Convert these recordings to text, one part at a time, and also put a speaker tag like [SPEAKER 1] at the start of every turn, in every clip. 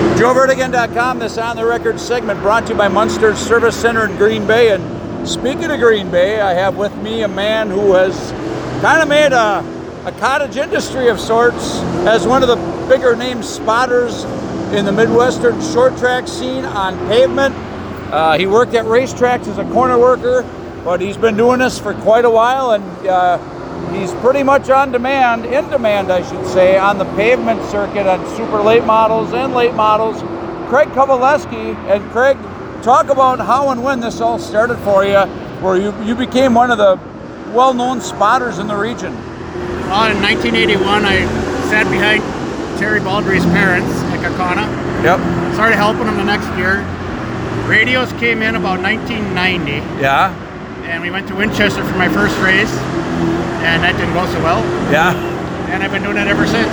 [SPEAKER 1] JoeVertigan.com, this on the record segment brought to you by Munster Service Center in Green Bay. And speaking of Green Bay, I have with me a man who has kind of made a, a cottage industry of sorts as one of the bigger name spotters in the Midwestern short track scene on pavement. Uh, he worked at racetracks as a corner worker, but he's been doing this for quite a while and uh, he's pretty much on demand, in demand, I should say, on the pavement circuit on super late models and late models. Craig Kovaleski and Craig, talk about how and when this all started for you, where you, you became one of the well known spotters in the region.
[SPEAKER 2] Well, in 1981, I sat behind Terry Baldry's parents at Kakana.
[SPEAKER 1] Yep.
[SPEAKER 2] Started helping them the next year. Radios came in about 1990,
[SPEAKER 1] Yeah.
[SPEAKER 2] and we went to Winchester for my first race, and that didn't go so well.
[SPEAKER 1] Yeah.
[SPEAKER 2] And I've been doing it ever since.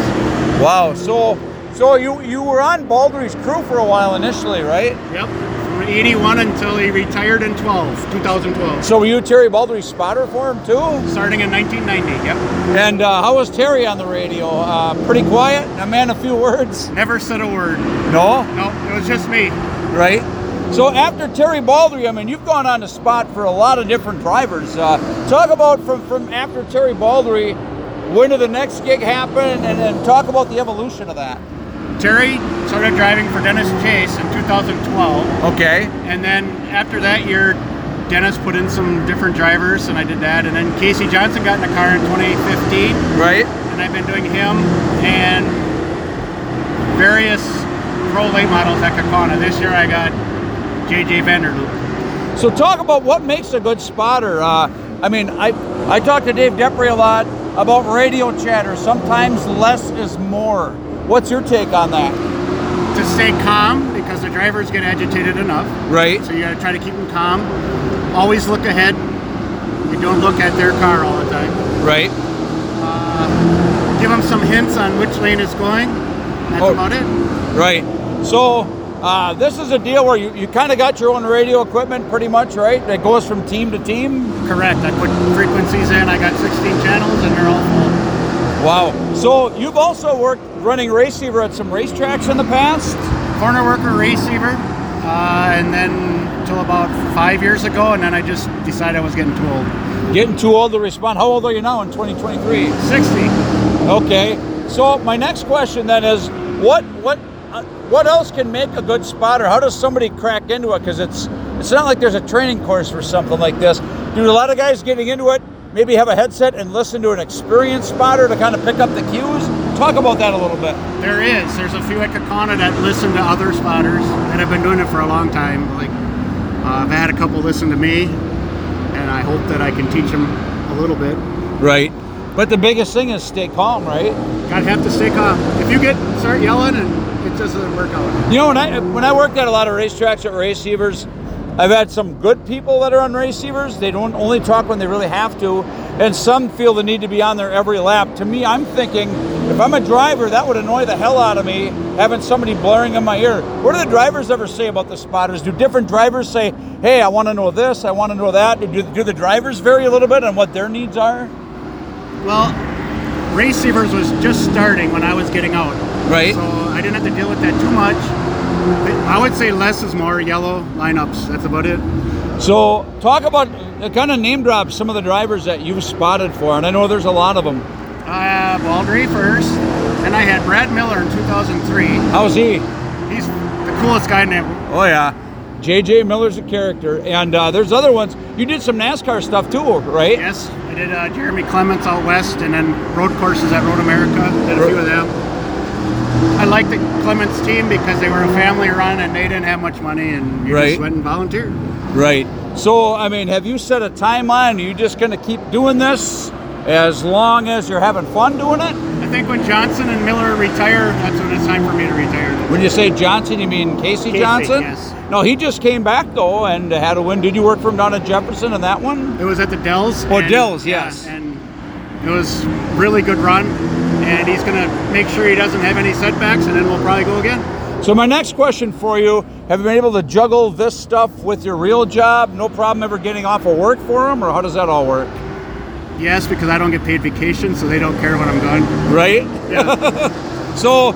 [SPEAKER 1] Wow. So, so you you were on Baldry's crew for a while initially, right?
[SPEAKER 2] Yep. From 81 until he retired in 12, 2012.
[SPEAKER 1] So were you Terry Baldry's spotter for him too?
[SPEAKER 2] Starting in 1990. Yep.
[SPEAKER 1] And uh, how was Terry on the radio? Uh, pretty quiet. A man of few words.
[SPEAKER 2] Never said a word.
[SPEAKER 1] No.
[SPEAKER 2] No, it was just me.
[SPEAKER 1] Right. So after Terry Baldry, I mean, you've gone on the spot for a lot of different drivers. Uh, talk about from from after Terry Baldry, when did the next gig happen, and, and talk about the evolution of that.
[SPEAKER 2] Terry started driving for Dennis Chase in 2012.
[SPEAKER 1] Okay.
[SPEAKER 2] And then after that year, Dennis put in some different drivers, and I did that. And then Casey Johnson got in the car in 2015,
[SPEAKER 1] Right.
[SPEAKER 2] and I've been doing him and various pro late models at Kakana. This year, I got JJ Vanderloop.
[SPEAKER 1] So talk about what makes a good spotter. Uh, I mean, I I talk to Dave Depre a lot about radio chatter. Sometimes less is more. What's your take on that?
[SPEAKER 2] To stay calm because the drivers get agitated enough,
[SPEAKER 1] Right.
[SPEAKER 2] so you got to try to keep them calm. Always look ahead. You don't look at their car all the time.
[SPEAKER 1] Right.
[SPEAKER 2] Give them some hints on which lane it's going. That's
[SPEAKER 1] Oh.
[SPEAKER 2] about it.
[SPEAKER 1] Right. So uh, this is a deal where you, you kind of got your own radio equipment, pretty much, right? That goes from team to team.
[SPEAKER 2] Correct. I put frequencies in. I got 16 channels, and they're all full.
[SPEAKER 1] Wow. So you've also worked running receiver at some racetracks in the past.
[SPEAKER 2] Corner worker, receiver, uh, and then till about five years ago, and then I just decided I was getting too old.
[SPEAKER 1] Getting too old to respond. How old are you now in 2023?
[SPEAKER 2] 60.
[SPEAKER 1] Okay. So my next question then is, what what uh, what else can make a good spotter? How does somebody crack into it? Because it's it's not like there's a training course for something like this. Do a lot of guys getting into it maybe have a headset and listen to an experienced spotter to kind of pick up the cues? Talk about that a little bit.
[SPEAKER 2] There is. There's a few at Kakana that listen to other spotters that have been doing it for a long time. Like uh, I've had a couple listen to me, and I hope that I can teach them a little bit.
[SPEAKER 1] Right. But the biggest thing is stay calm, right?
[SPEAKER 2] Gotta have to stay calm. If you get start yelling, and it just doesn't work out.
[SPEAKER 1] You know, when I when I worked at a lot of racetracks at receivers, I've had some good people that are on receivers. They don't only talk when they really have to, and some feel the need to be on there every lap. To me, I'm thinking if I'm a driver, that would annoy the hell out of me having somebody blaring in my ear. What do the drivers ever say about the spotters? Do different drivers say, "Hey, I want to know this, I want to know that"? Do, do the drivers vary a little bit on what their needs are?
[SPEAKER 2] Well, receivers was just starting when I was getting out.
[SPEAKER 1] Right.
[SPEAKER 2] So I didn't have to deal with that too much. I would say less is more. Yellow lineups. That's about it.
[SPEAKER 1] So, talk about kind of name drop some of the drivers that you've spotted for, and I know there's a lot of them.
[SPEAKER 2] Uh, Baldry first, and I had Brad Miller in 2003.
[SPEAKER 1] How's he?
[SPEAKER 2] He's the coolest guy in the
[SPEAKER 1] Oh yeah, JJ Miller's a character, and uh, there's other ones. You did some NASCAR stuff too, right?
[SPEAKER 2] Yes, I did uh, Jeremy Clements out west, and then road courses at Road America. Did a few of them. I liked the Clements team because they were a family run and they didn't have much money, and you
[SPEAKER 1] Right.
[SPEAKER 2] just went and volunteered.
[SPEAKER 1] Right. So I mean, have you set a timeline? Are you just gonna keep doing this as long as you're having fun doing it?
[SPEAKER 2] I think when Johnson and Miller retire, that's when it's time for me to retire.
[SPEAKER 1] When you say Johnson, you mean Casey,
[SPEAKER 2] Casey,
[SPEAKER 1] Johnson?
[SPEAKER 2] yes.
[SPEAKER 1] No, he just came back though and had a win. Did you work for him down at Jefferson in that one?
[SPEAKER 2] It was at the Dells.
[SPEAKER 1] Oh,
[SPEAKER 2] and-
[SPEAKER 1] Dells,
[SPEAKER 2] yeah,
[SPEAKER 1] yes.
[SPEAKER 2] And it was really good run, and he's gonna make sure he doesn't have any setbacks, and then we'll probably go again.
[SPEAKER 1] So my next question for you: Have you been able to juggle this stuff with your real job? No problem ever getting off of work for him, or how does that all work?
[SPEAKER 2] Yes, because I don't get paid vacation, so they don't care when I'm gone.
[SPEAKER 1] Right.
[SPEAKER 2] Yeah.
[SPEAKER 1] So,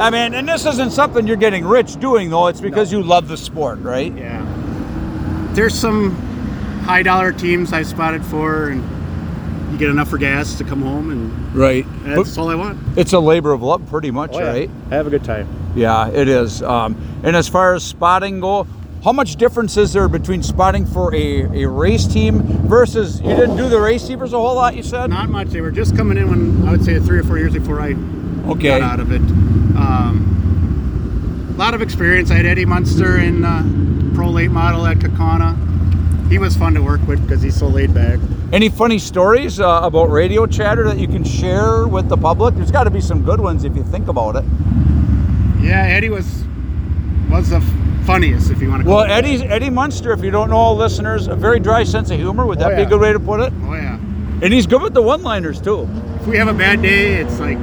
[SPEAKER 1] I mean, and this isn't something you're getting rich doing though. It's because you love the sport, right?
[SPEAKER 2] Yeah. There's some high dollar teams I spotted for, and you get enough for gas to come home, and
[SPEAKER 1] Right.
[SPEAKER 2] that's all I want.
[SPEAKER 1] It's a labor of love, pretty much, right?
[SPEAKER 2] Oh, Have a good time.
[SPEAKER 1] Yeah, it is. Um, and as far as spotting go, how much difference is there between spotting for a, a race team versus you didn't do the race keepers a whole lot? You said
[SPEAKER 2] Not much. They were just coming in when I would say three or four years before I
[SPEAKER 1] okay.
[SPEAKER 2] got out of it. Um, a lot of experience. I had Eddie Munster in uh, pro late model at Kakana. He was fun to work with because he's so laid back.
[SPEAKER 1] Any funny stories uh, about radio chatter that you can share with the public? There's got to be some good ones if you think about it.
[SPEAKER 2] Yeah, Eddie was was the f- funniest, if you want to.
[SPEAKER 1] Well,
[SPEAKER 2] call it.
[SPEAKER 1] Eddie's Eddie Munster, if you don't know all listeners, a very dry sense of humor. Would that
[SPEAKER 2] Oh,
[SPEAKER 1] be a
[SPEAKER 2] yeah.
[SPEAKER 1] good way to put it?
[SPEAKER 2] Oh yeah.
[SPEAKER 1] And he's good with the one-liners too.
[SPEAKER 2] If we have a bad day, it's like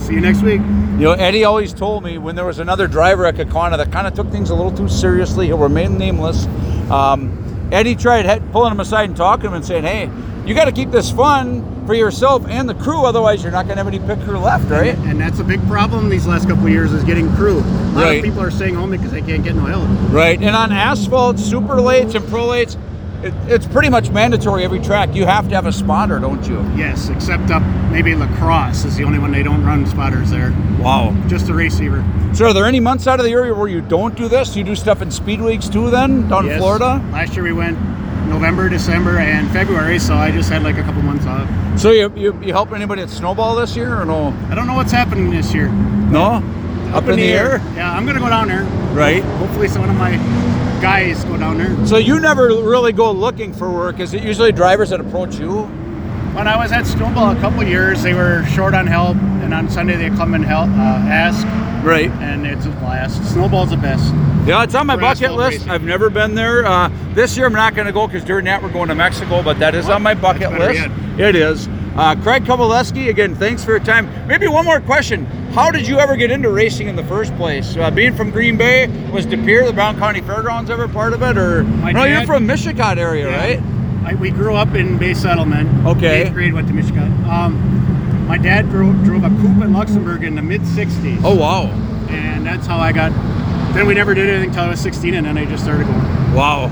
[SPEAKER 2] see you next week.
[SPEAKER 1] You know, Eddie always told me when there was another driver at Kakana that kind of took things a little too seriously. He'll remain nameless. Um, Eddie tried he- pulling him aside and talking to him and saying, "Hey, you got to keep this fun for yourself and the crew, otherwise you're not going to have any pit crew left, right?"
[SPEAKER 2] And that's a big problem these last couple of years is getting crew. A lot
[SPEAKER 1] Right.
[SPEAKER 2] of people are staying home because they can't get no help.
[SPEAKER 1] Right. And on asphalt, super lates and pro lates, it, it's pretty much mandatory every track. You have to have a spotter, don't you?
[SPEAKER 2] Yes, except up maybe lacrosse is the only one they don't run spotters there.
[SPEAKER 1] Wow.
[SPEAKER 2] Just a receiver.
[SPEAKER 1] So, are there any months out of the year where you don't do this? You do stuff in speed weeks too, then down in
[SPEAKER 2] Yes.
[SPEAKER 1] Florida.
[SPEAKER 2] Last year we went November, December, and February, so I just had like a couple months off.
[SPEAKER 1] So, you, you you help anybody at snowball this year or no?
[SPEAKER 2] I don't know what's happening this year.
[SPEAKER 1] No. Up, in, the air.
[SPEAKER 2] Yeah, I'm gonna go down there.
[SPEAKER 1] Right.
[SPEAKER 2] Hopefully, some of my guys go down there.
[SPEAKER 1] So you never really go looking for work. Is it usually drivers that approach you?
[SPEAKER 2] When I was at Snowball a couple years, they were short on help, and on Sunday they come and help, uh, ask,
[SPEAKER 1] Right.
[SPEAKER 2] and it's a blast. Snowball's the best.
[SPEAKER 1] Yeah, it's on my
[SPEAKER 2] For
[SPEAKER 1] bucket
[SPEAKER 2] asphalt
[SPEAKER 1] list.
[SPEAKER 2] racing.
[SPEAKER 1] I've never been there. Uh, this year I'm not going to go because during that we're going to Mexico, but that is on my bucket
[SPEAKER 2] that's better
[SPEAKER 1] list. It is. Uh, Craig Kovaleski, again, thanks for your time. Maybe one more question. How did you ever get into racing in the first place? Uh, being from Green Bay, was DePere, the Brown County Fairgrounds, ever part of it? Or
[SPEAKER 2] My
[SPEAKER 1] no, you're
[SPEAKER 2] dad-
[SPEAKER 1] from Michigan area, right?
[SPEAKER 2] I, we grew up in Bay Settlement.
[SPEAKER 1] Okay.
[SPEAKER 2] Eighth grade went to Michigan. Um, my dad drove, drove a coupe in Luxembourg in the mid '60s.
[SPEAKER 1] Oh wow,
[SPEAKER 2] and that's how I got. Then we never did anything until I was 16, and then I just started going.
[SPEAKER 1] wow,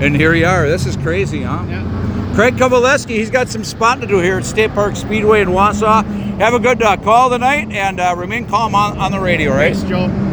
[SPEAKER 1] and here you are. This is crazy, huh?
[SPEAKER 2] Yeah.
[SPEAKER 1] Craig Kovaleski, he's got some spotting to do here at State Park Speedway in Wausau. Have a good uh, call tonight and uh, remain calm on, on the radio, right?
[SPEAKER 2] Thanks, Joe.